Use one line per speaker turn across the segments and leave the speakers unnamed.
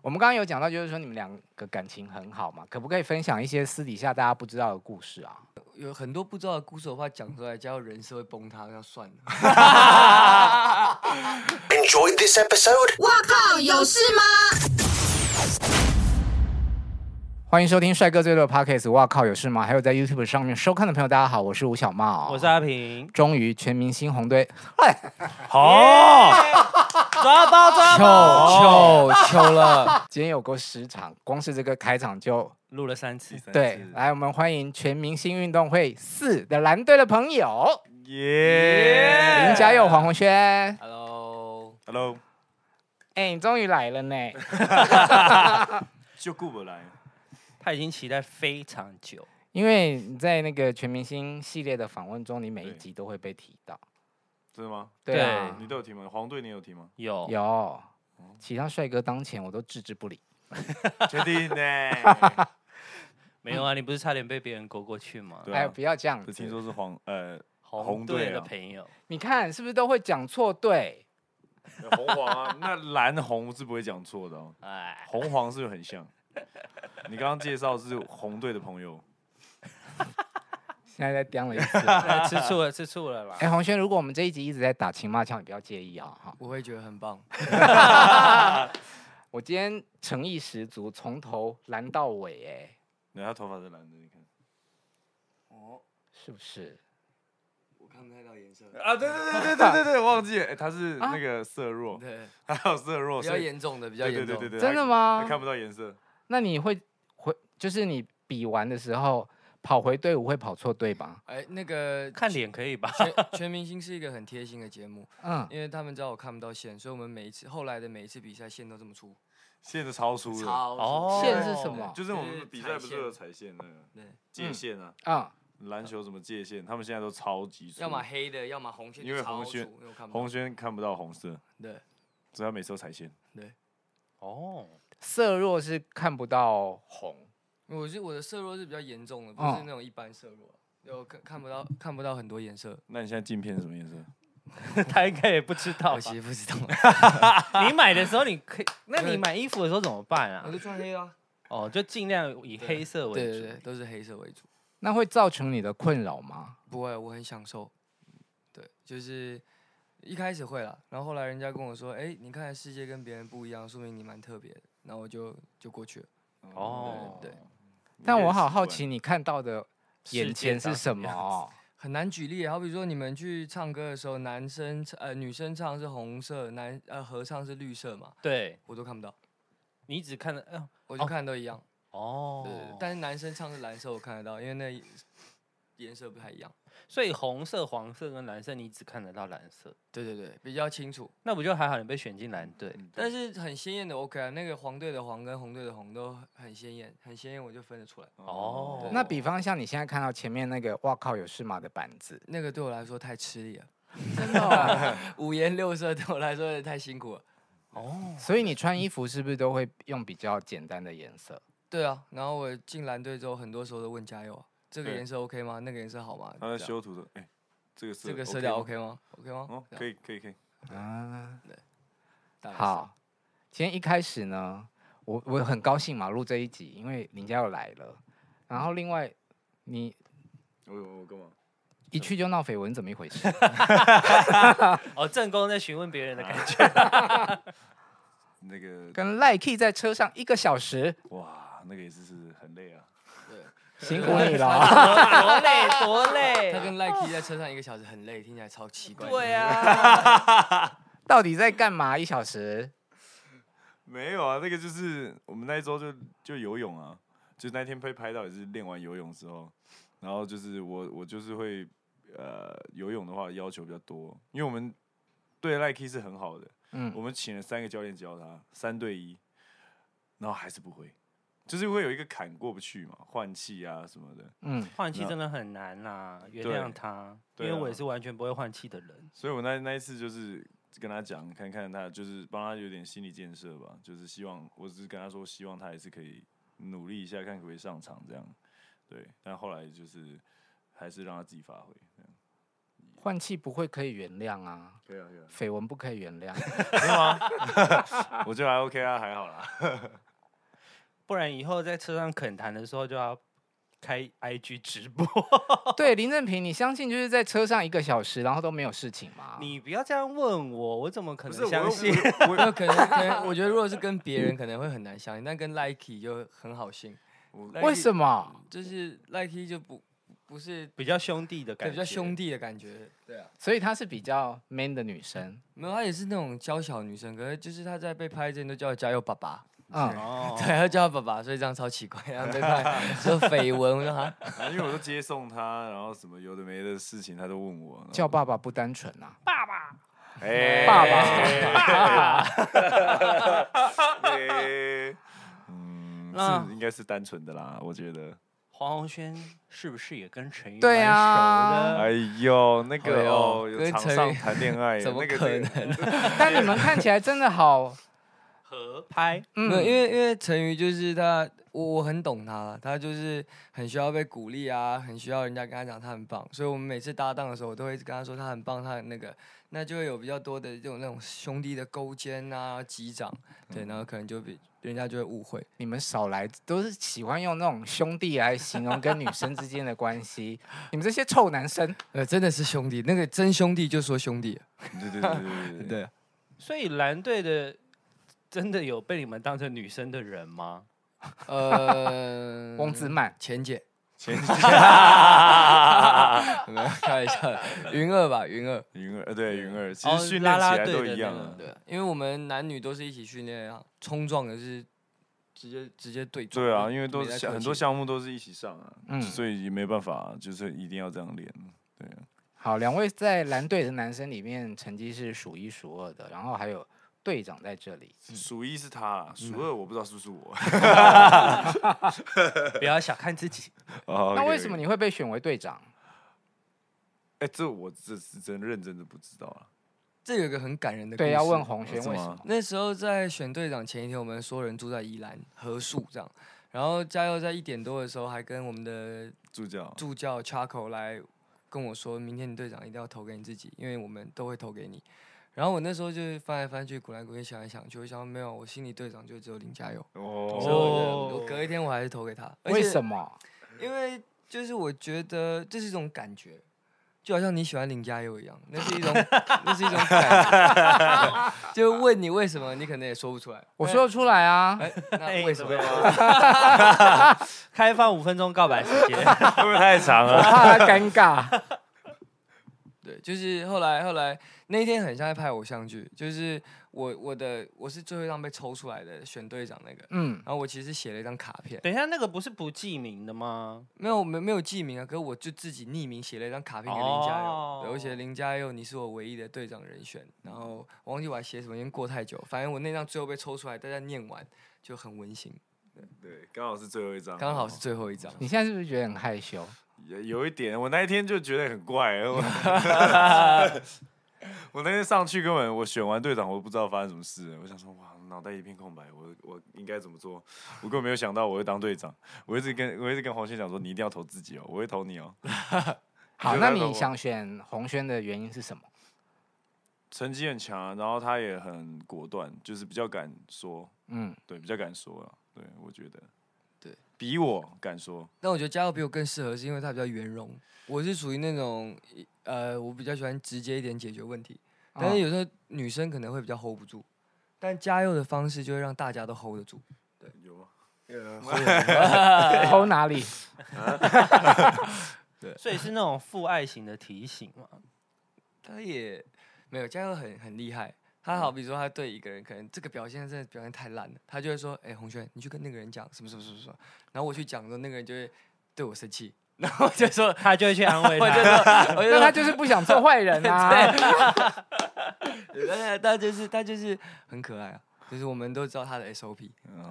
我们刚刚有讲到，就是说你们两个感情很好嘛，可不可以分享一些私底下大家不知道的故事啊？
有很多不知道的故事，我怕讲出来，加上人设会崩塌，要算了。
Enjoyed this episode?
哇靠，有事吗？
欢迎收听帅哥最多的 Podcast，哇靠，有事吗？还有在 YouTube 上面收看的朋友，大家好，我是吴小茂，
我是啊阿平。
终于全明星红队，
好，抓包抓包，
求求求了，
今天有过十场，光是这个开场就
录了三次，
对，来我们欢迎全明星运动会四的蓝队的朋友
耶
林佳佑、黄宏轩，哎、
Hello，
Hello，
你终于来了呢，
就顾不来，
他已经期待非常久，
因为你在那个全明星系列的访问中，你每一
对
集都会被提到，
真的吗？
对啊，
你都哦有提吗？黄队你有提 吗？
有
有，其他帅哥当前我都置之不理。
确定呢？啊
没有啊？你不是差点被别人勾过去吗？
对
哎，
啊
不，要这样
就
子
听，说是黄呃
红
红
队
队
的
啊
朋友，
你看是不是都会讲错队？
红黄啊， 那蓝红是不会讲错的哦，
哎，
红黄是不是很像？你刚刚介绍是红队的朋友，
现在在刁了一 次。
哎吃醋了，吃醋了啦！
哎，黄轩，如果我们这一集一直在打情骂俏，你不要介意啊哈。
我会觉得很棒。
我今天诚意十足，从头蓝到尾，哎，
那他头发是蓝的，你看
是不是？
我看不太到颜色。
啊，对对对对对对对，忘记了，哎他是那个色弱，
啊对，
他有色弱，
比较
哦所以
严重的，比较
对
严
对
重。
对对对，
真的
他
吗
他？看不到颜色，
那你会会就是你比完的时候跑回队伍会跑错队吧？
哎，那个
看脸可以吧？
全全明星是一个很贴心的节目，
嗯，
因为他们知道我看不到线，所以我们每一次后来的每一次比赛线都这么粗，
线是超粗的，
超粗
哦
线是什么？
就是我
就
们
是
比
踩
赛不是
线
有踩线那个
对，
界限啊，
嗯，
篮球什么界限，他们现在都超级粗，
要么黑的，要么红线，
因为红
线
线，
因为我看不到
红轩看不到红色，
对，
所以他每次都踩线。
哦，
色弱是看不到红，
我是我的色弱是比较严重的，不
哦
是那种一般色弱，我看看不到看不到很多颜色，
那你现在镜片什么颜色？
他应该也不知道
我
吧
其？实不知道，
你买的时候你可以，那
对
你买衣服的时候怎么办
我
啊
就？穿黑啦，
哦，就尽量以
对
黑色
对
为
对
主
对，。都是黑色为主。
那会造成你的困扰吗？
不会，我很享受。对，就是一开始会啦，然后后来人家跟我说：“哎，你看世界跟别人不一样，说明你蛮特别的。”然后我就就过去了。
哦
对对，
但我好
你可以习惯
好奇，你看到的眼
世界
前是
长
什
什么样子
么？哦
很难举例，好比说你们去唱歌的时候，男生唱呃女生唱是红色，男呃合唱是绿色嘛，
对
我都看不到，
你只看得，嗯
我就
哦
看都一样。对对
哦
对，，但是男生唱是蓝色，我看得到，因为那颜色不太一样。
所以红色、黄色跟蓝色你只看得到蓝色，
对对对，比较清楚，
那不就还好？你被选进蓝队，
但是很鲜艳的 OK 啊，那个黄队的黄跟红队的红都很鲜艳，很鲜艳我就分得出来。
哦
那比方像你现在看到前面那个“哇靠有事吗”的板子，
那个对我来说太吃力了，
真的哦、
五颜六色对我来说也太辛苦了。
哦，
所以你穿衣服是不是都会用比较简单的颜色？
对啊，然后我进蓝队之后，很多时候都问加油啊，这个
对
颜色 OK 吗？那个颜色好吗？
他在
这样
修图的，哎，这个色
这个色调
OK 吗
OK 吗？OK 吗？
哦，可
以。
以可以可以，
啊，
大概是，
好，今天一开始呢，我我很高兴嘛，录这一集，因为林家又来了。然后另外，你
我我我干嘛？
一去就闹绯闻，怎么一回事？
哦，正宫在询问别人的感觉，
那个
跟赖 K 在车上一个小时，
哇，那个也是是很累啊，
辛苦你了。
多累多
他
累，
跟
哦
Nike 在车上一个小时很累，听起来超奇怪。
对，啊，
到底在干嘛？一小时？
没有啊，那个就是我们那一周就就游泳啊，就那天被拍到也是练完游泳之后，然后就是我我就是会呃游泳的话要求比较多，因为我们对 Nike 是很好的，我
嗯，
们请了三个教练教他三对一，然后还是不会，就是会有一个坎过不去嘛，换气啊什么的。
嗯，
换气真的很难啦，原
对
谅他，因
嗯对
为
啊
我也是完全不会换气的人，
所以我那那一次就是跟他讲，看看他就是帮他有点心理建设吧，就是希望我只是跟他说，希望他还是可以努力一下，看可不可以上场这样。对，但后来就是还是让他自己发挥。这样
换气不会可以原谅啊，
可以啊，可以啊，
绯闻不可以原 谅。
真的吗？我觉得还 OK 啊，还好啦。
不然以后在车上恳谈的时候就要开 IG 直播。
对，林正平，你相信就是在车上一个小时，然后都没有事情吗？
你不要这样问我，我怎么可
啊不
能相信？
我
那可能可能，我觉得如果是跟别人可能会很难相信，但跟 Likey 就很好信。
我我
为什么？
就是 Likey 就不不是
比较兄弟的
对
感
比较
觉，
兄弟的感觉，对啊。
所以她是比较 man 的女生，
没有，她也是那种娇小女生，可是就是她在被拍之前都叫我加油爸爸，
嗯，
哦。
对，她叫她爸爸，所以这样超奇怪，然后被拍说绯闻，我说哈，
啊因为我都接送他，然后什么有的没的事情他都问我。
叫爸爸不单纯啊。
哎
爸爸
哎 嗯，是
那
应该是单纯的啦，我觉得。
黄宏轩是不是也跟陈玉
对
蛮熟
啊
的
哎呦，那
哎
个
呦
哦，有
跟
场
陈
上
宇
谈恋爱，
怎么
那个
可
那 个
但你们看起来真的 好，
合拍？
没有，
嗯，
因为因为陈瑜就是他，我我很懂他啦，他就是很需要被鼓励啊，很需要人家跟他讲他很棒，所以我们每次搭档的时候，我都会一直跟他说他很棒，他很那个，那就会有比较多的这种那种兄弟的勾肩啊、击掌，对，然后可能就比人家就会误会。
你们少来，都是喜欢用那种兄弟来形容跟女生之间的关系。你们这些臭男生，，
呃，真的是兄弟，那个真兄弟就说兄弟，
对对对对对对。
对，
所以蓝队的真的有被你们当成女生的人吗？
呃
翁子曼，
钱姐，
前几
没有开玩笑的，云二吧，云二，
云儿，呃对云儿，其
哦
实训
啦
练
啦
起来
队
都
的
一
那
样
个
啊。
对，因为我们男女都是一起训练啊，冲撞的是直接直接对撞。
对啊，因为都
没在
是
客
很多
气
项目都是一起上啊，
嗯
所以也没办法啊，就是一定要这样练。对啊，
好，两位在蓝队的男生里面成绩是数一数二的，然后还有队长在这里，
数一是他啊，数二我不知道是不是我。
不要小看自己，
哦
那
OK，
为什么
OK
你会被选为队长？
哎，这我这是真认真的不知道啊。
这有一个很感人的故
对，
事。
要问洪轩
是
为什
吗
么？
那时候在选队长前一天，我们所有人住在宜兰合宿这样，然后加油在一点多的时候还跟我们的
助教，
助教 Charco 来跟我说，明天你队长一定要投给你自己，因为我们都会投给你。然后我那时候就翻来翻去，滚来滚去，想来想去，我想没有，我心里队长就只有林佳佑。所以我就
哦
我隔一天我还是投给他。
为
么？
什么？
因为就是我觉得这是一种感觉，就好像你喜欢林嘉佑一样，那是一种，那是一种感觉。 就问你为什么，你可能也说不出来。
我说得出来 啊，
哎，
哎
那为什么？
怎开放五分钟告白时间。
会不会太长
我
了？
怕他啊尴尬。
对，就是后来后来那一天很像在拍偶像剧，就是我我的我是最后一张被抽出来的选队长那个，
嗯，
然后我其实写了一张卡片，
等一下，那个不是不记名的吗？
没有没没有记名啊，可是我就自己匿名写了一张卡片给林嘉佑，对我写
哦
林嘉佑，你是我唯一的队长人选。然后我忘记我还写什么，因为过太久，反正我那张最后被抽出来，大家念完就很温馨，
对，刚好是最后一张，
刚好是最后一张。
你现在是不是觉得很害羞？
有有一点，我那一天就觉得很怪， 我我那天上去根本我选完队长，我都不知道发生什么事，我想说哇，脑袋一片空白，我我应该怎么做？我根本没有想到我会当队长，我一直跟我一直跟黄轩讲说，你一定要投自己哦，我会投你哦。
好，
就
那
那种
你想选红轩的原因是什么？
成绩很强，然后他也很果断，就是比较敢说，
嗯，
对，比较敢说了，对我觉得，
对，
比我敢说，
但我觉得嘉佑比我更适合，是因为他比较圆融，我是属于那种呃，我比较喜欢直接一点解决问题，但是
嗯
有时候女生可能会比较 hold 不住，但嘉佑的方式就会让大家都 hold 得住。
有吗？
偷哪里？
所以是那种父爱型的提醒 嘛？
他也没有，嘉佑很很厉害。
嗯
他好比说，他对一个人可能这个表现真的表现太烂了，他就会说：“哎、洪轩，你去跟那个人讲什么什么什么什么。”然后我去讲的时候，那个人就会对我生气，然后我就说
他就会去安慰
我就
他。
说，我就
那他
说，
就是不想做坏人 啊。
他他就是他就是很可爱啊，就是我们都知道他的 SOP。
嗯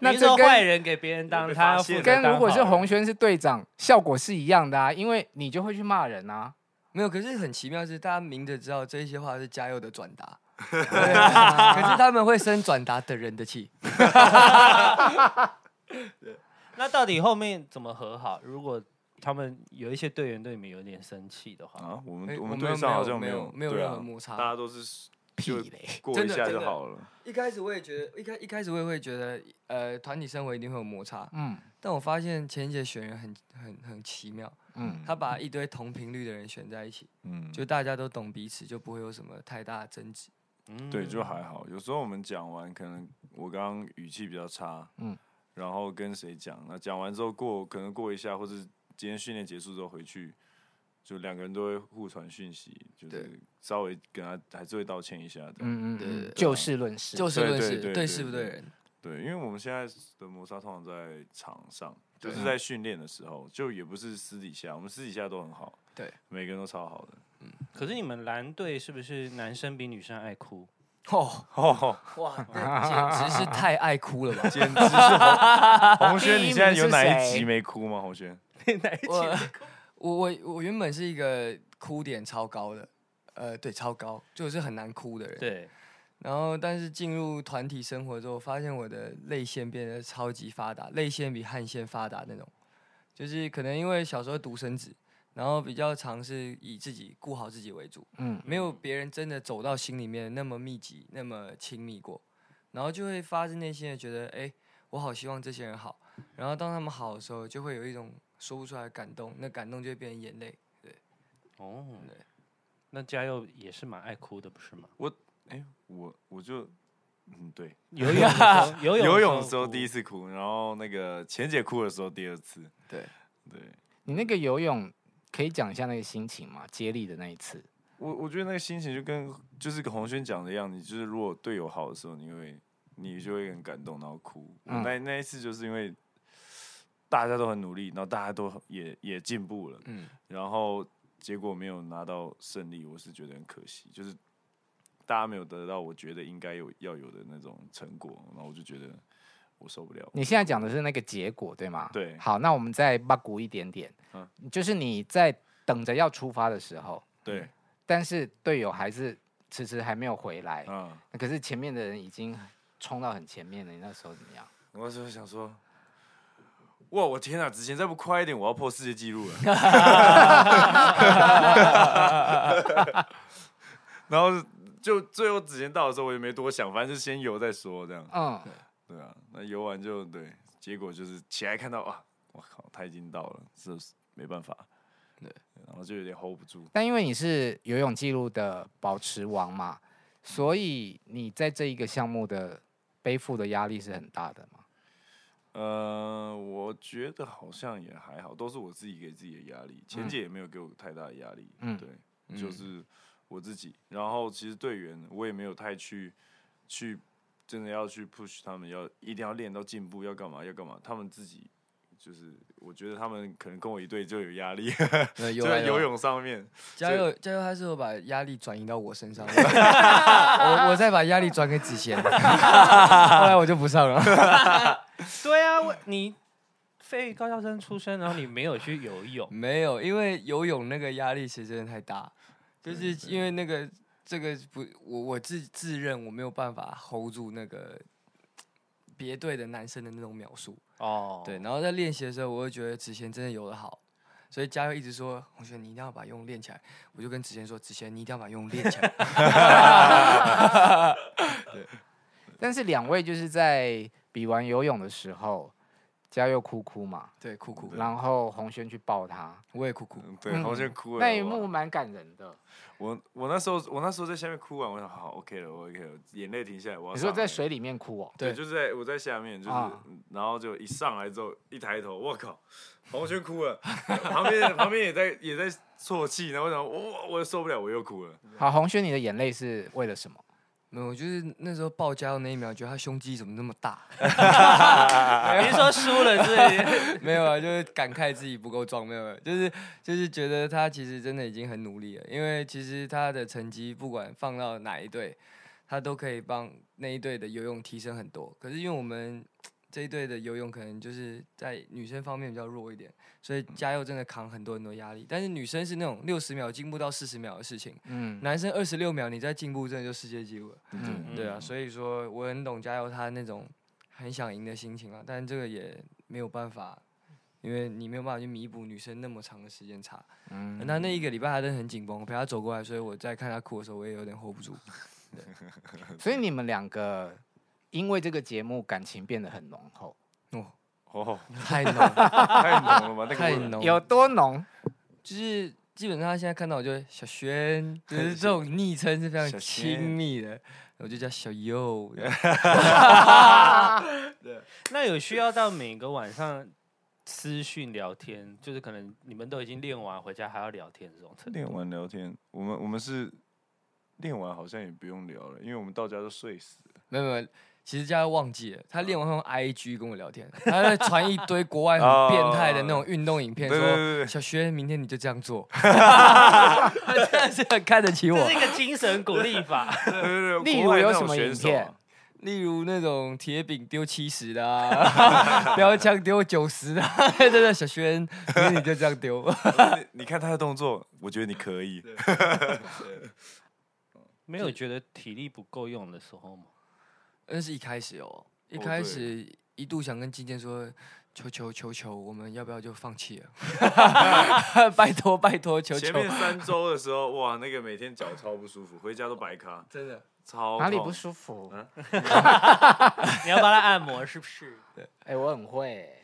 那
你
这
说
跟
坏人给别人当，
被
他
发
要
现
负责
跟
当
如果是
好
洪
人，
轩是队长，效果是一样的啊，因为你就会去骂人 啊。
没有，可是很奇妙的是，大家明着知道这一些话是嘉佑的转 达，对啊可是他们会生转达的人的气。
那到底后面怎么和好？如果他们有一些队员对你们有点生气的话，
啊，我们、
哎
我
我们
们队
又
上
没
好
有
像
没有没有
对
任
啊
何摩擦
大家都是
屁
就
嘞，
过一
真的
下
真
就
的
好了。
一开始我也觉得，一开一开始我也会觉得，呃，团体生活一定会有摩擦。
嗯
但我发现前一节选人很很很奇妙，
嗯，
他把一堆同频率的人选在一起，
嗯，
就大家都懂彼此，就不会有什么太大的争执。
嗯
对，就还好。有时候我们讲完，可能我刚刚语气比较差，嗯
嗯，
然后跟谁讲，那讲完之后过，可能过一下，或是今天训练结束之后回去，就两个人都会互传讯息，就
对
是稍微跟他还是会道歉一下的。
嗯嗯
对对
嗯
对，
就事论事，
就事论
对对
事，
对
对
对
事不
对
对人。
对，因为我们现在的摩擦通常在场上，就
对啊
是在训练的时候，就也不是私底下，我们私底下都很好，
对，
每个人都超好的。
可是你们蓝队是不是男生比女生爱 哭？
哦，
哦，
哇，那简直是太爱哭了吧！
简直是红红轩，
第
你
一
现在
名
有
是
哪一
谁
集没哭吗？红轩，
哪一
我
集？
我我我原本是一个哭点超高的，呃，对，超高，就是很难哭的人。
对，
然后，但是进入团体生活之后，发现我的泪腺变得超级发达，泪腺比汗腺发达那种。就是可能因为小时候独生子，然后比较尝试以自己顾好自己为主，
嗯
没有别人真的走到心里面那么密集、那么亲密过，然后就会发自内心的觉得，哎，我好希望这些人好。然后当他们好的时候，就会有一种说不出来的感动，那感动就会变成眼泪。
哦
对，
那嘉佑也是蛮爱哭的，不是吗？
哎，我我就嗯对，
游泳的时候，游泳
游泳的时候
哭
第一，次哭，然后那个钱姐哭的时候第二次，
对
对，
你那个游泳可以讲一下那个心情吗？接力的那一次，
我我觉得那个心情就跟就是跟洪轩讲的一样，你就是如果队友好的时候，你会你就会很感动，然后哭。我
嗯
那那一次就是因为大家都很努力，然后大家都也也进步了，
嗯，
然后结果没有拿到胜利，我是觉得很可惜，就是大家没有得到我觉得应该有要有的那种成果，然后我就觉得我受不了。
你现在讲的是那个结果对吗？
对
好，那我们再八股一点点，
嗯
就是你在等着要出发的时候，
对，
但是队友还是迟迟还没有回来，
嗯，
可是前面的人已经冲到很前面了，你那时候怎么样？
我那时候想说，哇，我天啊，子贤再不快一点，我要破世界纪录了。 然后就最后子贤到的时候，我也没多想，反正就先游再说，这样。
嗯，
对啊，那游完就对，结果就是起来看到啊，我靠，他已经到了，这是没办法。
对，
然后就有点 hold 不住。
但因为你是游泳记录的保持王嘛，所以你在这一个项目的背负的压力是很大的嘛。
呃，我觉得好像也还好，都是我自己给自己的压力。前姐也没有给我太大的压力，
嗯
对，就是我自己。然后其实队员我也没有太去去真的要去 push 他们，要一定要练到进步，要干嘛要干嘛，他们自己。就是我觉得他们可能跟我一队就有压力，
那
啊
就
游
在
来游
游
来
泳上面。
加
所以
油加油！他是有把压力转移到我身上，我我再把压力转给子贤， 后来我就不上了。
对啊，我你非高校生出身，然后你没有去 游泳，
没有，因为游泳那个压力其实真的太大，就是因为那个这个不，我我自自认我没有办法 hold 住那个别队的男生的那种秒数。
哦，
对，，然后在练习的时候，我会觉得子贤真的游得好，所以嘉佑一直说：“洪轩，你一定要把游泳练起来。”我就跟子贤说：“子贤，你一定要把游泳练起来。
但是两位就是在比完游泳的时候，嘉佑哭哭嘛”，
对，酷酷，
然后洪轩去抱他，
我也酷酷。
嗯对，好像哭了。啊
那一
哇
幕蛮感人的。
我我那时候我那时候在下面哭完，我想好 OK 了，我 OK 了，眼泪停下来。我要
你说
上
在
来
水里面哭哦？
对，
对
就是在我在下面，就是、
啊
嗯然后就一上来之后一抬头，我靠，黄轩哭了， 旁边旁边也在也在啜泣，然后我想我我受不了，我又哭了，
好，洪轩，你的眼泪是为了什么？
没有，我就是那时候抱家的那一秒，觉得他胸肌怎么那么大？
你是说输了是不是？
没有啊，就是感慨自己不够壮，没有，没有就是就是觉得他其实真的已经很努力了，因为其实他的成绩不管放到哪一队，他都可以帮那一队的游泳提升很多。可是因为我们这一队的游泳可能就是在女生方面比较弱一点，所以嘉佑真的扛很多很多压力。但是女生是那种六十秒进步到四十秒的事情，
嗯，
男生二十六秒你再进步，真的就世界纪录了。
嗯
对啊，所以说我很懂加油他那种很想赢的心情啊，但这个也没有办法因为你没有办法去弥补女生那么长的时间差。
嗯
那那一个礼拜她真的很紧绷，我陪她走过来，所以我在看她哭的时候，我也有点 hold 不 住。
所以你们两个因为这个节目感情变得很浓厚，
哦，
哦，
太浓了，
太浓 了吧？那
太
个味
浓
有
了，
多浓？
就是基本上她现在看到我就会小轩，就是这种昵称是非
小
常
轩
亲密的，我就叫小优。
那有需要到每个晚上私讯聊天，就是可能你们都已经练完回家还要聊天这种程度。
练完聊天，我们我们是练完好像也不用聊了，因为我们到家都睡死了。
没有没有，其实家忘记了，
嗯
他练完后用 IG 跟我聊天，他在传一堆国外很变态的那种运动影片，
哦对对对
说
对
小薛明天你就这样 做，他真的是很看得起
这
我
是。一个精神鼓励法，
对对对，
例
国
如
外
有
那
什
种
么
选
影
手
片
啊
例如那种铁饼丢七十的、啊， 标枪丢九十的、啊， 真的小轩，明天你就这样丢。
你你看他的动作，我觉得你可以。
没有觉得体力不够用的时候吗？
那是一开始哦，一
哦
开
对
始一度想跟金健说，求求求求，我们要不要就放弃了？ 拜托拜托，求
前
求，
面三周的时候，哇，那个每天脚超不舒服，回家都白咖，
真的。
超
哪里
痛
不舒服？
嗯
你要帮他按摩是不是？
哎、我很会欸、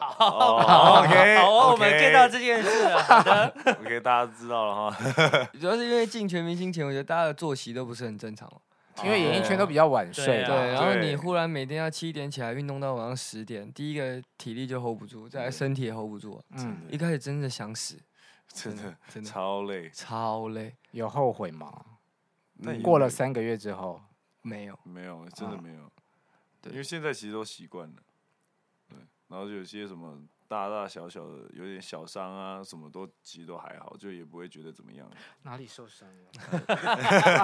哦？OK，
好哦，我们
OK
见到这件事了。好的，
OK，大家知道了哈。
主要是因为进全明星前，我觉得大家的作息都不是很正常哦嘛。
哦
因为演艺圈都比较晚睡
对啊
对，然后你
对
忽然每天要七点起来运动到晚上十点，第一个体力就 hold 不住，
嗯
再来身体也 hold 不住啊、
嗯，
一开始真的想死，
真的
真的
超累，
超累，
有后悔吗？
那也
过
没
了三个月之后，
没 有
没有，真的没有，
对
因为现在其实都习惯了，对，然后就有些什么大大小小的，有点小伤啊，什么都其实都还好，就也不会觉得怎么样。
哪里受伤了？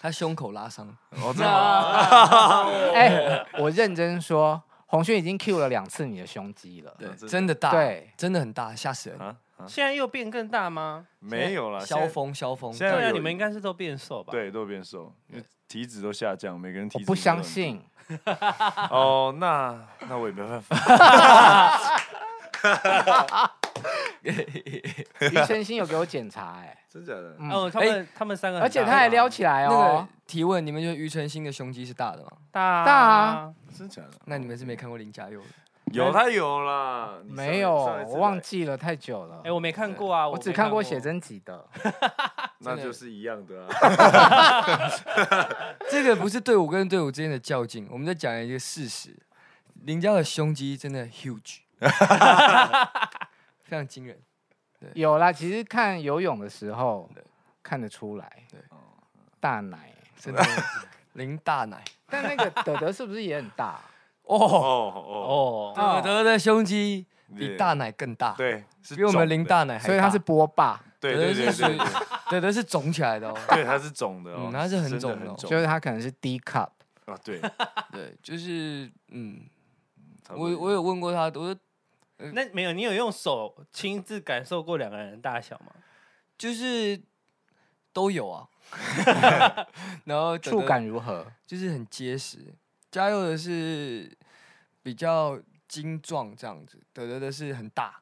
他胸口拉伤，
哦，真的吗？
啊 哎、 我认真说，红轩已经 Q 了两次你的胸肌了。
对
真，的
真的大，
对，
真的很大，吓死人。
啊啊，
现在又变更大吗？
没有啦，
萧
现在
峰，萧峰，
现在
对啊，
有
你们应该是都变瘦吧？，
对都变瘦，因为体脂都下降，每个人体
我
脂
不
都
相
很低
信，
哦，那那我也没办法，
于晨星有给我检查、 哎，
真假的
嗯
哦，他
哎
们他们三个很大，
而且他还撩
起
起来
那
哦
个。提问，你们觉得庾澄庆的胸肌是大的吗？
大啊
大啊，
真假的？
那你们是没看过林嘉佑的，
有他有啦，你上
没有，
上一次
我忘
来
记了，太久了。
哎，我没看过啊，
我只
没
看
看
过写。真集的。
那
真的
就是一样的 啊。
这个不是队伍跟队伍之间的较劲，我们在讲一个事实：林家的胸肌真的 huge，非常惊人。
有啦，其实看游泳的时候看得出来，
对
大奶。
真的林大奶
但那个德德是不是也很 大？
哦
哦，
哦，
哦，
德德的胸肌比大奶更大，，
对，是
比我们
肿
林
的，
大奶还大，
所以他是波霸，
对
德
对
德是
对
属
对
于
对，
德德是肿起来的哦。
对它是肿的哦
嗯，它是很
真的
肿的
很
哦
肿
就是他可能是 D cup。
啊，对，
对，就是嗯，
差不多
我我有问过他，我说
那没有，你有用手亲自感受过两个人的大小吗？
就是都有 啊，然后德
触
德
感如何？
就是很结实。嘉佑的是比较精壮这样子，德德的是很 大，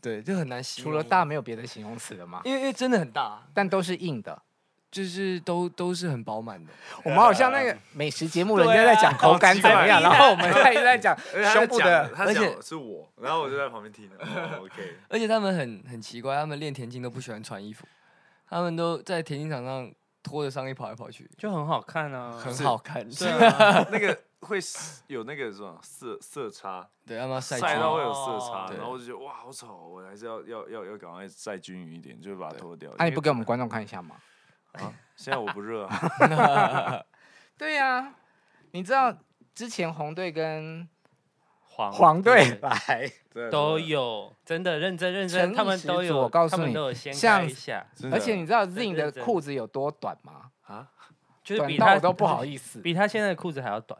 对，就很难形
除
容。
了大，没有别的形容词了吗？
因为因为真的很大，
但都是硬的。
就是都都是很饱满的。
我们好像那个美食节目，人
对
家
啊
在讲口感怎么样，
好奇
然
怪
后我们在一直在讲
而且他
胸部
讲
啊的。
他
而且
讲是我，然后我就在旁边 听哦，OK，
而且他们很很奇怪，他们练田径都不喜欢穿衣服，他们都在田径场上拖着上衣跑来跑去，
就很好看啊，
很好看。
对啊，
那个会有那个什么色色差，
对，他们要晒
晒
军
到
服
会有色
哦
差，
对
然后我就觉得哇好丑，哦我还是要要要要赶快晒均匀一点，就把它脱掉。
啊
那啊你
因为
不给我们观众看一下吗？
啊？现在我不热 啊，
对啊呀、你知道之前红队跟
黄
黄队来，
真的
都，有，真的认真认
诚
真，
意
他们都
十足
有，
我告诉
他们
你
都有掀
像
开一下，
真 的
而且你知道
对
Zin
认
的
真
裤子有多短吗？
就是
短
比
到
他
我都不好意思。
比他现在的裤子还要短。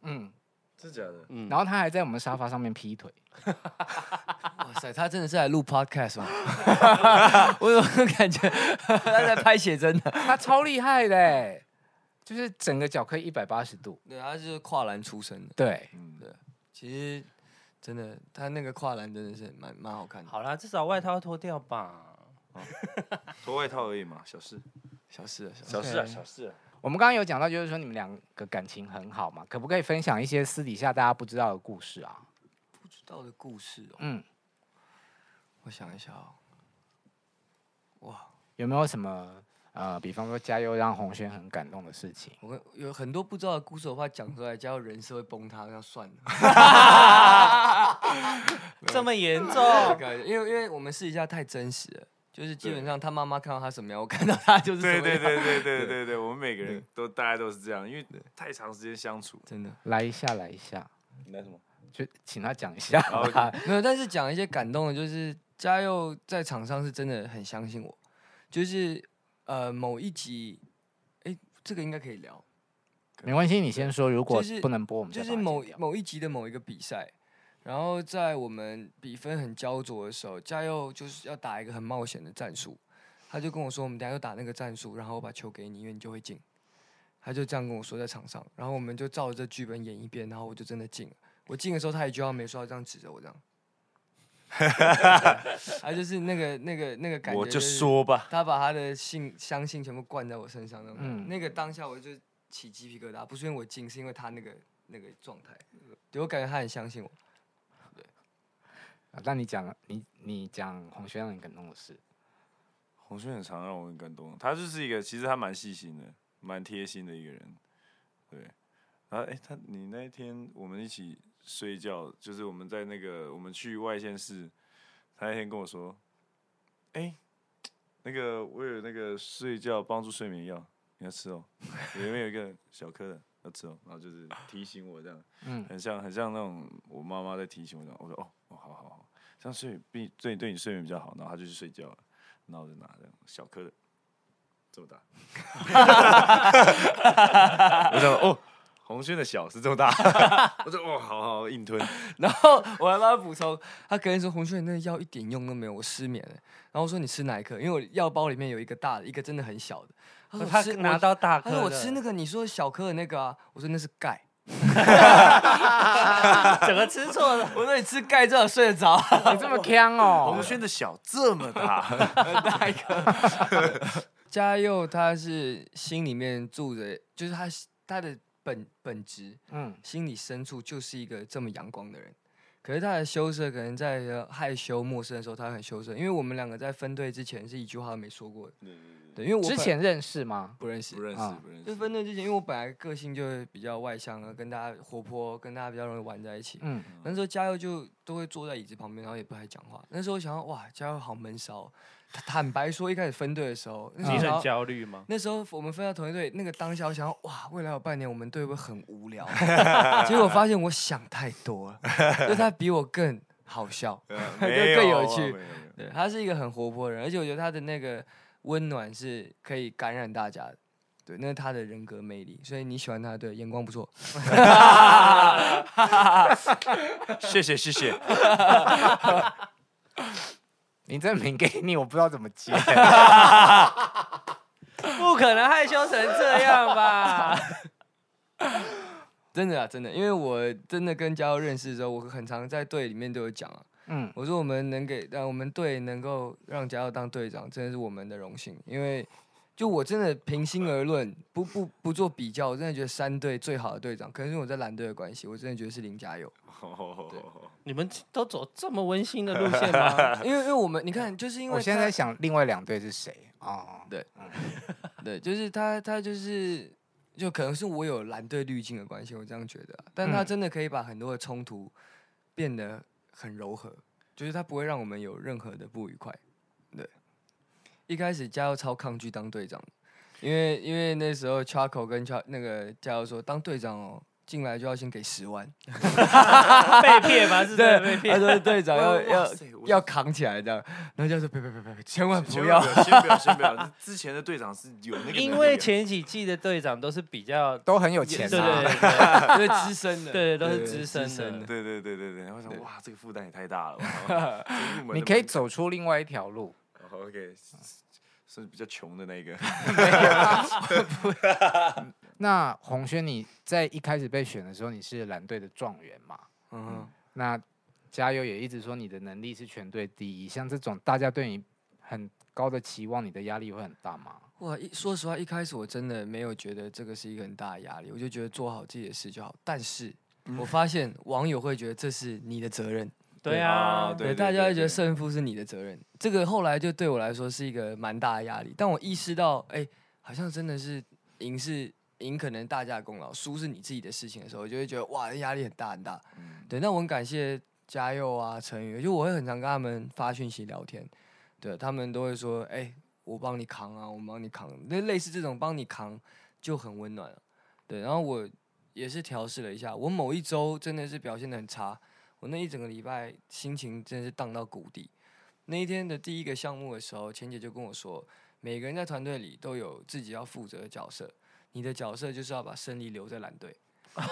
嗯，
真假的，
嗯，
然后他还在我们沙发上面劈腿，
哇塞，他真的是来录 podcast 吗？ 我怎么感觉他在拍写真 的？
他超厉害的欸，就是整个脚可以一百八十度。
对，他是跨栏出身的。
对，
嗯，
其实真的，他那个跨栏真的是蛮蛮好看的。
好啦，至少外套脱掉吧。
脱外套而已嘛，小事，
小事啊，小事。
小事啊，
OK
小事啊。
我们刚刚有讲到，就是说你们两个感情很好嘛，可不可以分享一些私底下大家不知道的故事啊？
不知道的故事哦，
嗯，
我想一下哦。哇，
有没有什么呃，比方说加油让红轩很感动的事情？
我跟有很多不知道的故事，我怕讲出来，加上人设会崩塌，那算了。
这么严重？
因为因为我们试一下太真实了，就是基本上他妈妈看到他什么样，我看到他就是什么
对
样。
对对对对对对，我们每个人都大家都是这样，因为太长时间相处。
真的
来一下，来一下，
你来什么？
就请他讲一下
好
吧。
没有。但是讲一些感动的，就是嘉佑在场上是真的很相信我，就是呃某一集，哎、这个应该可以聊，
没关系，你先说。如果
就是
不能播，我们
就
再
是
把它
某
剪掉
某一集的某一个比赛，然后在我们比分很焦灼的时候，嘉佑就是要打一个很冒险的战术，他就跟我说：“我们等下就打那个战术，然后我把球给你，因为你就会进。”他就这样跟我说在场上，然后我们就照着这剧本演一遍，然后我就真的进了。我进的时候，他一句话没说，他这样指着我这样。 他就是那个那个那个感觉、
我
就
就是说吧，
他把他的信相信全部灌在我身上那种感觉，
嗯
那个当下我就起鸡皮疙瘩，不是因为我惊，是因为他那个那个状态，对我感觉他很相信我。
啊那你讲，你你讲红轩让你感动的 事，
红轩很常让我很感动。他就是一个，其实他蛮细心的，蛮贴心的一个人。对，然后哎、他你那一天我们一起睡觉，就是我们在那个我们去外县市，他那天跟我说，哎、那个我有那个睡觉帮助睡眠药，你要吃哦，里面有一个小颗的要吃哦，然后就是提醒我这样。
嗯，
很像很像那种我妈妈在提醒我这样，我说哦哦好好好，这样睡比对对你睡眠比较好，然后她就去睡觉了，然后我就拿这样小颗的，这么大，我想哦红轩的小是这么大，我说哦好好硬吞，
然后我还帮他补
啊
充，他隔天说洪轩，你那个药一点用都没有，我失眠了。然后我说你吃哪一颗？因为我药包里面有一个大的，一个真的很小的。他说
他
我吃
拿
我
到大
他
颗
说
的，
我吃那个你说小颗的那个啊，我说那是钙。
整个吃错了。
我说你吃钙最好睡得着，
你这么强哦
红，轩的小这么大，
大一个。嘉佑他是心里面住着，就是他他的本本质，
嗯，
心里深处就是一个这么阳光的人。可是他的羞涩，可能在呃害羞、陌生的时候，他很羞涩。因为我们两个在分队之前是一句话都没说过的。对，因为我
之
本
前认识吗？
不认识
不，认识
啊
不认
就
识，
分队之前，因为我本来个性就比较外向啊，跟大家活泼，跟大家比较容易玩在一起。
嗯，
那时候嘉佑就都会坐在椅子旁边，然后也不太讲话。那时候我想到，哇，嘉佑好闷骚哦。坦坦白说，一开始分队的时候，那时候
你
想
很
到
焦虑吗？
那时候我们分到同一队，那个当下我想要，哇，未来有半年我们队会不会很无 聊？结果发现我想太多 了，就他比我更好笑，
呃
就
没有
更
啊
有趣
没没有
对他是一个很活泼的人，而且我觉得他的那个温暖是可以感染大家的。对，那是他的人格魅力，所以你喜欢他，对，眼光不错。
谢谢谢谢，
林正明给你，我不知道怎么 接。
不可能害羞成这样吧？
真的啊，真的，因为我真的跟嘉佑认识的时候，我很常在队里面都有讲啊，
嗯，
我说我们能给，呃让我们队能够让嘉佑当队长，真的是我们的荣幸。因为就我真的平心而论，不不不做比较，我真的觉得三队最好的队长，可能是我在蓝队的关系，我真的觉得是林嘉 佑。
你们都走这么温馨的路线吗？
因为因为我们你看，就是因为
我现在
他
在想另外两队是谁哦，
对，就是他，他就是，就可能是我有蓝队滤镜的关系，我这样觉得啊、但他
嗯
真的可以把很多的冲突变得很柔和，就是他不会让我们有任何的不愉快。对，一开始加油超抗拒当队长的，因为因为那时候 Charco 跟 Char 那个加油说，当队长哦，进来就要先给十万，
被骗吗？是真的被
他
骗？
说队长要
哇
要
塞我
要扛起来这样，然后就说别别别别别，千万不
先
要。
先不要先不要，这之前的队长是有那个能力的，
因为前几季的队长都是比较，
都很有
对
钱
对
啊。
对对
因 为资深的，
对，都是
对
资深的。
对对对对对，然后想
对
哇这个负担也太大了吧，这入门
你
的
可以
门槛
走出另外一条路，
哦 OK，是是比较穷的那一个。
那洪轩，你在一开始被选的时候，你是蓝队的状元嘛？
嗯哼，
那加油也一直说你的能力是全队第一，像这种大家对你很高的期望，你的压力会很大吗？
哇，一说实话，一开始我真的没有觉得这个是一个很大的压力，我就觉得做好自己的事就好。但是我发现网友会觉得这是你的责任，
对
啊
哦
啊，
对
大家会觉
对
得胜负是你的责任。这个后来就对我来说是一个蛮大的压力，但我意识到，哎、好像真的是赢是赢，可能大家的功劳，输是你自己的事情的时候，我就会觉得哇，压力很大很大。
嗯
对，那我很感谢嘉佑啊、陈宇，就我会很常跟他们发讯息聊天，对他们都会说，哎、我帮你扛啊，我帮你扛，那类似这种帮你扛就很温暖了。对，然后我也是调试了一下，我某一周真的是表现的很差，我那一整个礼拜心情真的是荡到谷底。那一天的第一个项目的时候，钱姐就跟我说，每个人在团队里都有自己要负责的角色，你的角色就是要把胜利留在蓝 队。我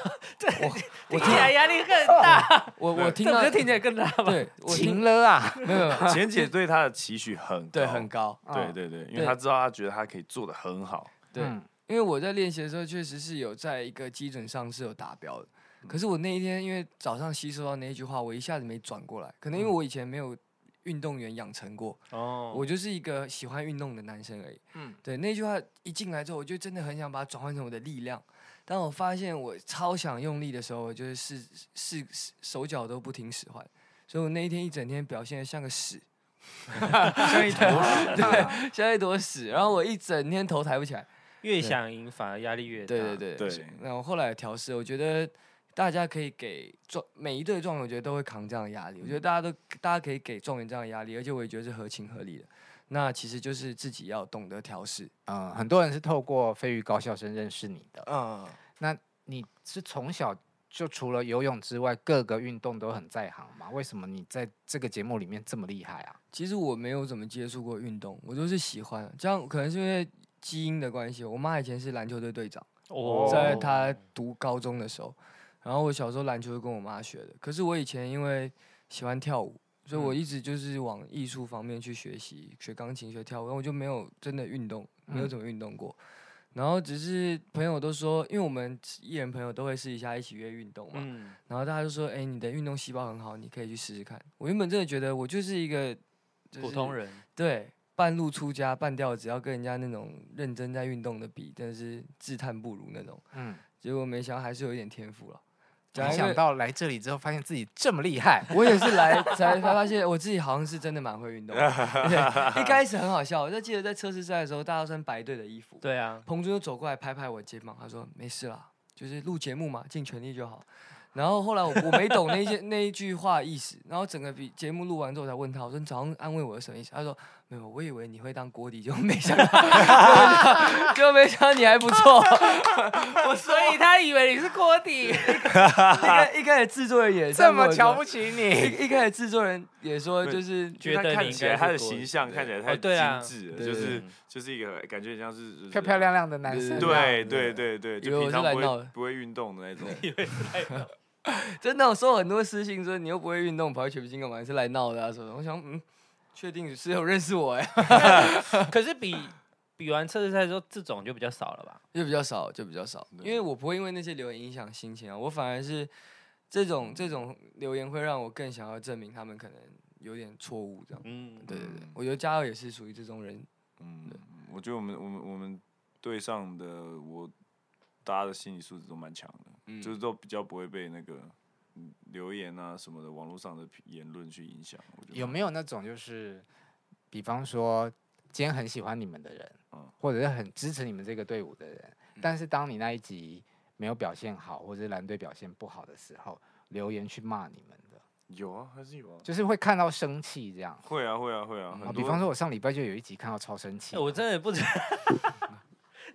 听
我
起
听
来压力更大，
我我听
这
到
不是听起来更大吗？
对，我
晴
听
了啊！
没有没有
钱姐对他的期许很
对
高
很
哦
高，
对对对，因为
对
他知道他觉得他可以做的很好，
对，
啊嗯
因为我在练习的时候确实是有在一个基准上是有达标的，可是我那一天因为早上吸收到那一句话，我一下子没转过来，可能因为我以前没有运动员养成过，
哦，
我就是一个喜欢运动的男生而已。
嗯
对，那句话一进来之后，我就真的很想把它转换成我的力量。当我发现我超想用力的时候，我就是是是是手脚都不听使唤，所以我那一天一整天表现的像个屎， 像一坨屎，对，像一坨屎。然后我一整天头抬不起来。
越想赢反而压力越大。
对对对
对
是那我后来调试，我觉得大家可以给状每一队状元，我觉得都会扛这样的压力。我觉得大家都大家可以给状元这样的压力，而且我也觉得是合情合理的。那其实就是自己要懂得调试。
嗯，很多人是透过飞鱼高校生认识你的。
嗯，
你是从小就除了游泳之外，各个运动都很在行吗？为什么你在这个节目里面这么厉害啊？
其实我没有怎么接触过运动，我就是喜欢。这样可能是因为基因的关系，我妈以前是篮球队队长。
哦，
在他读高中的时候，然后我小时候篮球是跟我妈学的，可是我以前因为喜欢跳舞，
嗯
所以我一直就是往艺术方面去学习，学钢琴、学跳舞，然后我就没有真的运动，没有
嗯
怎么运动过。然后只是朋友都说，因为我们艺人朋友都会私底下一起约运动嘛，
嗯，
然后大家就说，哎、你的运动细胞很好，你可以去试试看。我原本真的觉得我就是一个、就是
普通人
对，半路出家半吊子，要跟人家那种认真在运动的比，真的是自叹不如那种。
嗯，
结果没想到还是有一点天赋了。讲
没
一
想
个，
到来这里之后，发现自己这么厉 害。
我也是来才才发现我自己好像是真的蛮会运 动的。对一开始很好笑，我就记得在测试赛的时候，大家都穿白队的衣服，
对啊，
彭尊就走过来拍拍我肩膀，他说：“没事啦，就是录节目嘛，尽全力就好。”然后后来我我没懂那些 那一句话意思，然后整个比节目录完之后我才问他，我说你早上安慰我是什么意思？他说没有，我以为你会当锅底，就没想到， 就没想到你还不错。
我所以他以为你是锅 底，
一开一开始制作人也
这
样跟
么
我
瞧
说
不起你，
一一开始制作人也说，
对
就是
觉
因为
得
他
你
看
应
起来
该
他
是
的
国
形
人
象看起来太
哦对啊
精致了，
对
就
对
是
对
就是一个感觉很像是就是
漂漂亮亮的男生。啊
对
对
亮
对
的
对对，
以为
就平
我是
常
来
不
闹
会
的
不会运动的那种。
真的我收很多私信说你又不会运动，跑去全明星干嘛？你是来闹的啊什么的？我想嗯，确定是有认识我哎、
可是比比完测试赛之后，这种就比较少了吧？
就比较少，就比较少，因为我不会因为那些留言影响心情啊，我反而是这种这种留言会让我更想要证明他们可能有点错误这样。
嗯，
对对对
嗯，
我觉得嘉佑也是属于这种人，
嗯，我觉得我们我们我们队上的我，大家的心理素质都蛮强的，
嗯
就是都比较不会被那个嗯留言啊什么的网络上的言论去影响。我觉得
有没有那种就是，比方说今天很喜欢你们的人，
嗯
或者是很支持你们这个队伍的人，但是当你那一集没有表现好，或者是蓝队表现不好的时候，留言去骂你们的，
有啊，还是有啊，
就是会看到生气这样。
会啊会啊会啊，
啊，
很
比
多
方说，我上礼拜就有一集看到超生气
哎
的，
我真的不知，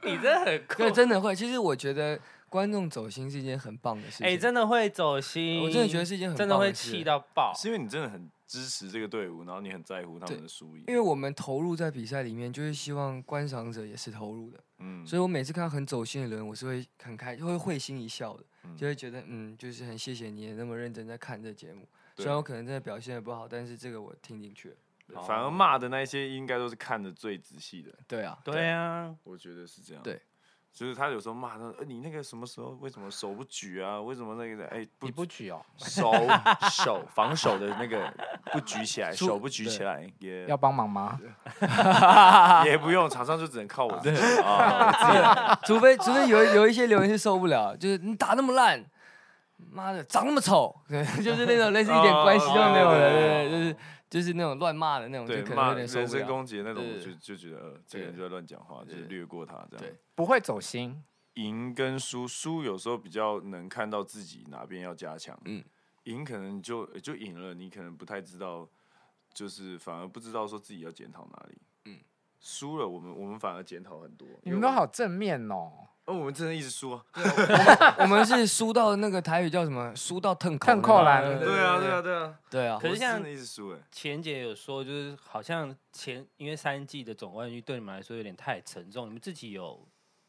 你真的很酷
对，，真的会。其实我觉得观众走心是一件很棒的事情，
哎，真的会走心，
我真的觉得是一件很
真的
棒
会
的事
气到爆，
是因为你真的很支持这个队伍，然后你很在乎他
对
们的输赢
因。为我们投入在比赛里面，就是希望观赏者也是投入的，
嗯，
所以我每次看到很走心的人，我是会很开，会会心一笑的，
嗯
就会觉得嗯，就是很谢谢你也那么认真在看这节目。
对
虽然我可能真的表现的不好，但是这个我听进去了。
哦
反而骂的那一些应该都是看的最仔细的，
对啊，
对啊，
我觉得是这样。
对，
就是他有时候骂他，呃你那个什么时候为什么手不举啊？为什么那个哎、不
你不举哦，
手手防守的那个不举起来，手不举起来也
要帮忙吗？
也不用，场上就只能靠我自己啊。我自己来
除非除非有有一些留言是受不了，就是你打那么烂，妈的长那么丑，对就是那种类似一点关系都没有的，
哦
对对对，就是就是那种乱骂的那种，
对
就可能
骂
有点
人
受不
身
了。
攻击的那种，
对
我
对
就就觉得呃，这个人就在乱讲话，就是
对
略过他这样
对。
不会走心，
赢跟输，输有时候比较能看到自己哪边要加强。
嗯
嗯，赢可能就就赢了，你可能不太知道，就是反而不知道说自己要检讨哪里。嗯
嗯，
输了我们我们反而检讨很多。
你
因为
们都
我
好正面哦，
哦，我们真的一直输啊。
我们是输到那个台语叫什么？输到腾口
腾口
啦
篮
对啊，对啊，对啊。
对啊
可，是
我
像
真的一直输哎、
钱姐有说，就是好像前因为三季的总冠军对你们来说有点太沉重，你们自己有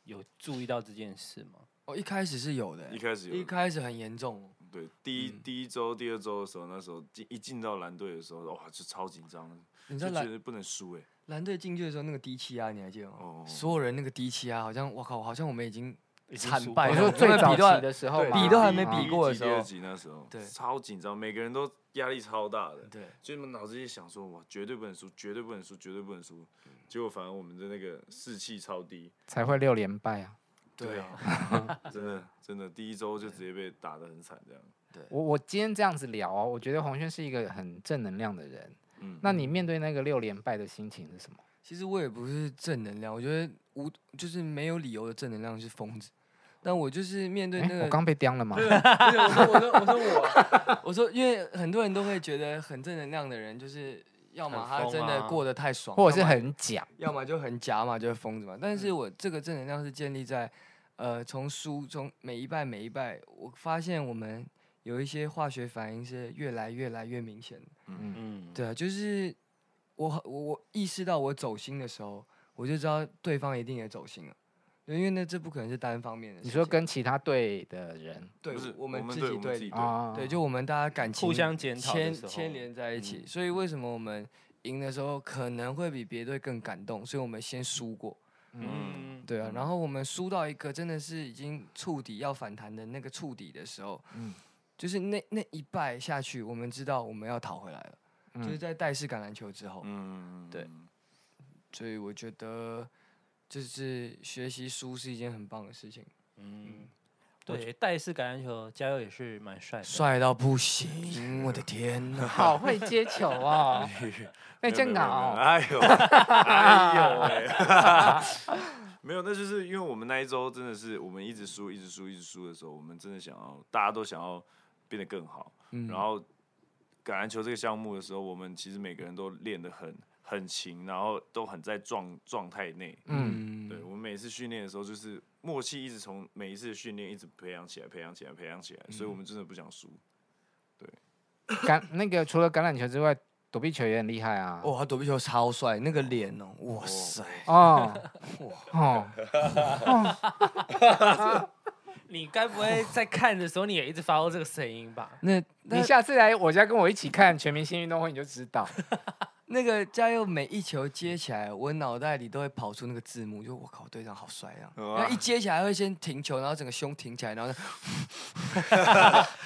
有注意到这件事吗？
我一开始是有的，
一开始有
呃一开始嗯很严重，
对第一、第一周、第二周的时候，那时候进一进到蓝队的时候，哇，就超紧张，
你知
就
道
觉
蓝
得不能输哎、
蓝队进去的时候那个低气压，你还记得吗？
哦
所有人那个低气压，好像我靠，好像我们已经
已经
惨
输
败
光
你说
了，我
了
根
最
本
早
比都还
期的时候
对
嘛，
比都还没
第一
比过的
集
时
第二
候
集那时候，
对嗯
超紧张，每个人都压力超大的。
对。
就你们脑子里想说，哇，绝对不能输，绝对不能输，绝对不能输。结果反而我们的那个士气超 低。
才会六连败啊。
对
啊，真的真的，第一周就直接被打得很惨，这样。
我我今天这样子聊哦，我觉得洪轩是一个很正能量的人。
嗯
那你面对那个六连败的心情是什么？
其实我也不是正能量，我觉得无就是没有理由的正能量是疯子。但我就是面对
哎、
那个，啊
我刚被刁了吗？
不是我说我说我说我啊 我说，因为很多人都会觉得很正能量的人，就是要么
很
他
疯
真的
啊
过得太 爽，
或者是
要么
很假？
要么就很假嘛，就是疯子嘛。但
嗯
是我这个正能量是建立在，呃，从书从每一拜每一拜，我发现我们有一些化学反应是越来越来越明显的。
嗯，
对啊，就是我好我我意识到我走心的时候，我就知道对方一定也走心了。对，因为那这不可能是单方面的事情。
你说跟其他队的人
对
不是
我们
我们
自
对
己
我们
对
自己
立
对
啊，
对，就 我们大家感情
互相检讨的
牵
时候嗯
牵连在一起，所以为什么我们赢的时候可能会比别队更感动？所以我们先输过，
嗯，
对啊，然后我们输到一个真的是已经触底要反弹的那个触底的时候，
嗯
就是那那一败下去，我们知道我们要讨回来了，
嗯
就是在戴式橄榄球之后，
嗯，
对所以我觉得就是学习输是一件很棒的事情，
对，戴式橄榄球加油也是蛮帅的，
帅到不行，我的天呐！
好会接球 哦，那真哦，
哎呦，哎呦喂， 没有，那就是因为我们那一周真的是我们一直输，一直输，一直输的时候，我们真的想要大家都想要变得更好。
嗯
然后橄榄球这个项目的时候，我们其实每个人都练得很很勤，然后都很在状状态内。
嗯，
嗯，
对我们每次训练的时候，就是默契一直从每一次的训练一直培养起来，培养起来，培养起来，所以我们真的不想输。
橄那个除了橄榄球之外，躲避球也很厉害啊。
哇，他躲避球超帅，那个脸哦，哇塞，
哦， 哦，
你该不会在看的时候你也一直发出这个声音吧？
那那
你下次来我家跟我一起看全明星运动会，你就知道。
那个加油每一球接起来，我脑袋里都会跑出那个字幕，就我靠，队长好帅啊！
哇
然后一接起来会先停球，然后整个胸挺起来，然后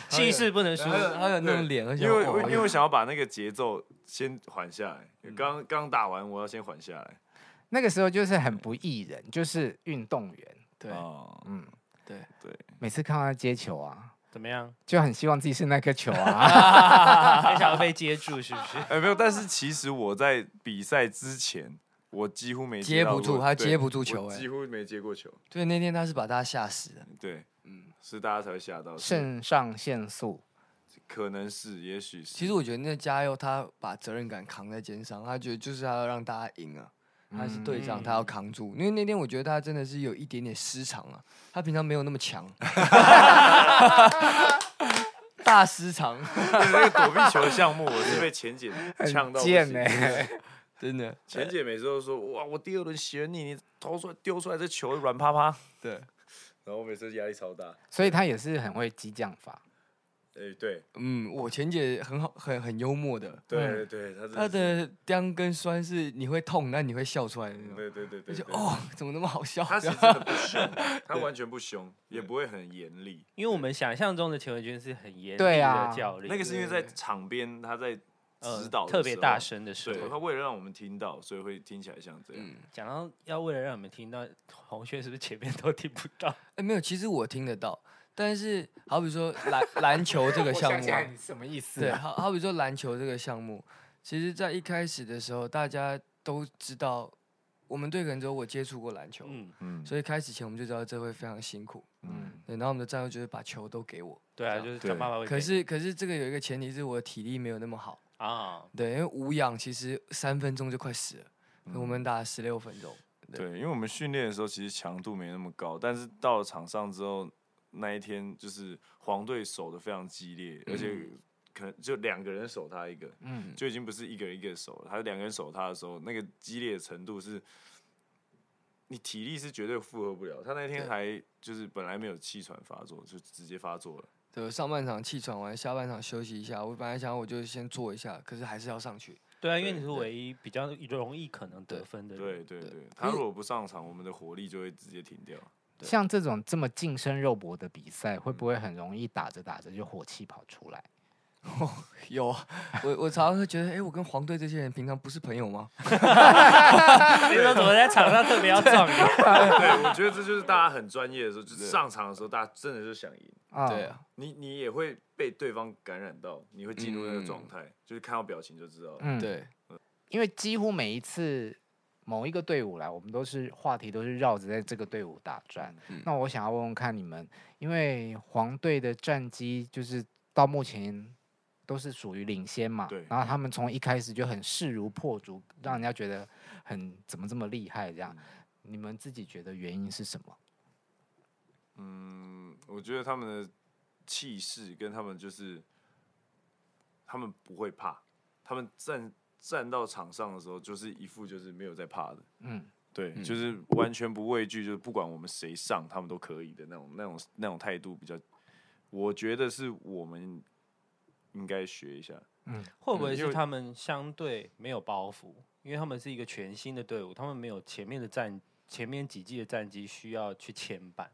气势不能输，
然后有那种脸，而且
因为
哇
我因为我想要把那个节奏先缓下来，刚刚打完我要先缓下来。
那个时候就是很不艺人，就是运动员。
对
哦，
嗯，
对
对，
每次看到他接球啊，
怎么样？
就很希望自己是那颗球 啊。
很想要被接住是不是？
哎、没有，但是其实我在比赛之前，我几乎没
接
到
不住
过
他
对
接不住
我
球哎
几乎没接过球。
对那天他是把大家吓死的，
对，嗯，是大家才会吓到，是
肾上腺素，
可能是，也许是。
其实我觉得那加油他把责任感扛在肩上，他觉得就是他要让大家赢啊，他
嗯
是队长，他要扛住。因为那天我觉得他真的是有一点点失常啊，他平常没有那么 强，大失常，
对那个躲避球项目，我是被钱姐呛到不
贱欸哎
行
呢、
真的。
钱姐每次都说：“哇，我第二轮选你，你投出来丢出来这球软趴趴。
对，”
然后我每次压力超大。
所以他也是很会激将法。
哎，对
嗯，我前姐很好，很很幽默的，
对对，他
她
真是，
的姜跟酸是你会痛，但你会笑出来的那种。
对对对
就
对，
觉
对
得哦，怎么那么好笑？
他是真的不凶，他完全不凶，也不会很严厉。
因为我们想象中的钱文娟是很严厉
对啊
的教练，
那个是因为在场边他在
呃
指导、
特别大，声的时
对，他
候。
为了让我们听到，所以会听起来像这
嗯
样。
讲到要为了让你们听到，红轩是不是前面都听不到？
哎、没有，其实我听得到，但是好比说篮 篮球这个项目啊，
什么意思
对，好好比说篮球这个项目，其实在一开始的时候，大家都知道，我们队可能只有我接触过篮球，
嗯，
嗯，
所以开始前我们就知道这会非常辛苦。
嗯，
对，然后我们的战术就是把球都给我，
对啊，
这样
就是
对
他爸爸会给。
可是可是这个有一个前提是我的体力没有那么好，
啊，
对，因为无氧其实三分钟就快死了，可
嗯
我们打十六分钟，
对，因为我们训练的时候其实强度没那么高，但是到了场上之后，那一天就是黄队守的非常激烈，而且可能就两个人守他一个，
嗯
就已经不是一个人一个人守了，他是两个人守他的时候，那个激烈的程度是。你体力是绝对负荷不了，他那天还就是本来没有气喘发作，就直接发作了。
对，我上半场气喘完，下半场休息一下。我本来想我就先坐一下，可是还是要上去。
对啊，因为
对
你是唯一比较容易可能得
对
分的 人。
对对
对
对，他如果不上场，我们的火力就会直接停 掉。
像这种这么近身肉搏的比赛，会
嗯
不会很容易打着打着就火气跑出来？
有啊，我我常常会觉得，哎、我跟黄队这些人平常不是朋友吗？
你说怎么在场上特别要撞你？
对，我觉得这就是大家很专业的时候，就是上场的时候，大家真的就想赢。
啊
对，啊，
你你也会被对方感染到，你会进入那个状态，就是看到表情就知道了。
嗯，
对，
因为几乎每一次某一个队伍来，我们都是话题都是绕着在这个队伍打转。那我想要问问看你们，因为黄队的战绩就是到目前都是属于领先嘛，
对
然后他们从一开始就很势如破竹，让人家觉得很怎么这么厉害这样。你们自己觉得原因是什么？
嗯，我觉得他们的气势跟他们就是，他们不会怕，他们站站到场上的时候，就是一副就是没有在怕的。
嗯，
对，就是完全不畏惧，就是不管我们谁上，他们都可以的那种、那种、那种态度，比较，我觉得是我们应该学一下。
会
嗯
不会
因为
是他们相对没有包袱？因为他们是一个全新的队伍，他们没有前面的战前面几季的战绩需要去牵绊，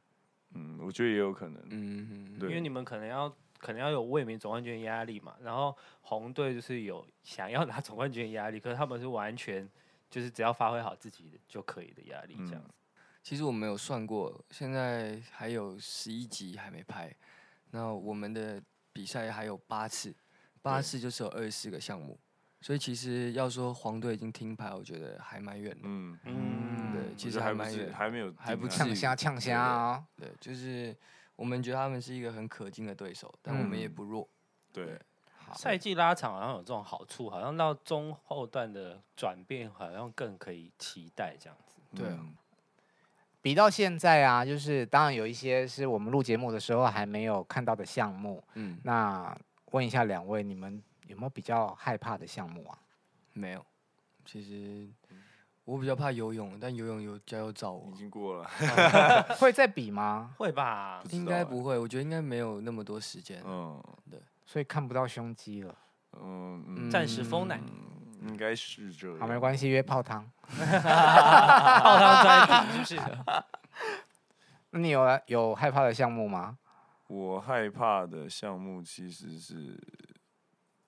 嗯，我觉得也有可能。
嗯，
对，
因为你们可能要可能要有卫冕总冠军的压力嘛，然后红队就是有想要拿 总冠军的压力，可是他们是完全就是只要发挥好自己的就可以的压力这样。
其实我没有算过，现在还有十一集还没拍，那我们的比赛还有八次，八次就是有二十四个项目，所以其实要说黄队已经听牌，我觉得还蛮远的。
嗯，
嗯，
对，其
我
实
觉得还
还
不
蛮
是
远，
还没有
还
定
不
案
至
呛
于
虾呛虾啊、
对，就是我们觉得他们是一个很可敬的对手，但我们也
嗯
不弱。
对，
好
赛季拉长好像有这种好处，好像到中后段的转变好像更可以期待这样子。
对啊
嗯
比到现在啊，就是当然有一些是我们录节目的时候还没有看到的项目。
嗯，
那问一下两位，你们有没有比较害怕的项目啊？
没有，其实我比较怕游泳，但游泳有加油罩我
已，经过了。
会再比吗？
会吧？
知
应
道
该
欸
不会，我觉得应该没有那么多时间。
嗯
所以看不到胸肌了。
嗯嗯，
暂时封奶，
应该是这样。
好，没关系，约泡汤。
泡汤专题就是
那你有啊有害怕的项目吗？
我害怕的项目其实是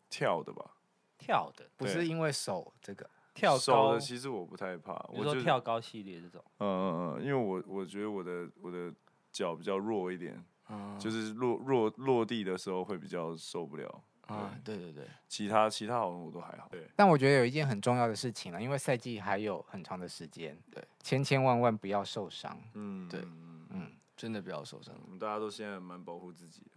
跳的吧，
跳的，
不是因为手这个，
跳
手
高，
的
比
其实我不太怕，我
如
就
说
是
跳高系列这种，
嗯嗯嗯，因为我我觉得我的我的脚比较弱一点，
嗯，
就是落落落地的时候会比较受不了。
啊，对对对，
其他其他好像我都还好。对，
但我觉得有一件很重要的事情啊了，因为赛季还有很长的时间，
对，
千千万万不要受伤。
嗯，
对
嗯嗯
嗯，
真的不要受伤。
我们大家都现在蛮保护自己的。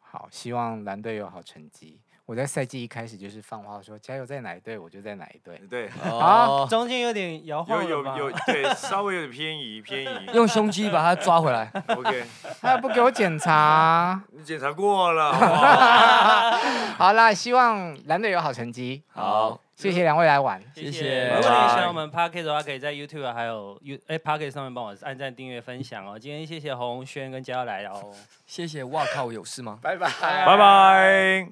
好，希望蓝队有好成绩。我在赛季一开始就是放话说，加油在哪一队我就在哪一 队。
对，
哦，
中间有点摇晃
有
了
啊有
吧
有，对，稍微有点偏移偏移。
用胸肌把它抓回来。
OK，
他不给我检查。
你检 查过了，好不好？
好啦，希望蓝队有好成绩。
好，
谢谢两位来玩。
谢谢
谢。如果你喜
拜拜
欢我们 p o c k e t 的话，可以在 YouTube 啊还有 U 哎 p o c k e t 上面帮我按赞、订阅、分享哦。今天谢谢洪轩跟佳瑶来哦。
谢谢，哇靠，有事吗？
拜拜，
拜拜。